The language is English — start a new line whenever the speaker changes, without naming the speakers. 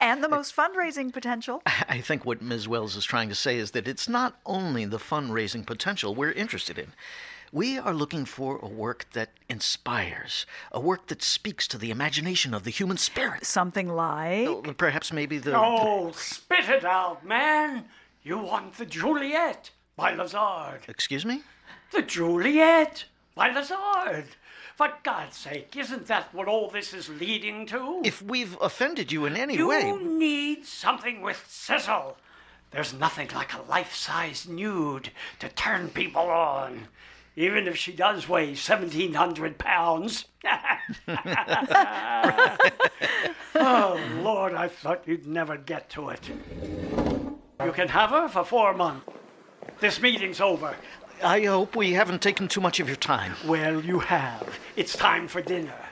and the most fundraising potential.
I think what Ms. Wells is trying to say is that it's not only the fundraising potential we're interested in. We are looking for a work that inspires, a work that speaks to the imagination of the human spirit.
Something like.
Well, Perhaps maybe the.
Oh, spit it out, man. You want the Juliet by Lazard.
Excuse me?
The Juliet by Lazard. For God's sake, isn't that what all this is leading to?
If we've offended you in any
you
way.
need something with sizzle. There's nothing like a life size nude to turn people on. Even if she does weigh 1,700 pounds. oh, Lord, I thought you'd never get to it. You can have her for four months. This meeting's over.
I hope we haven't taken too much of your time.
Well, you have. It's time for dinner.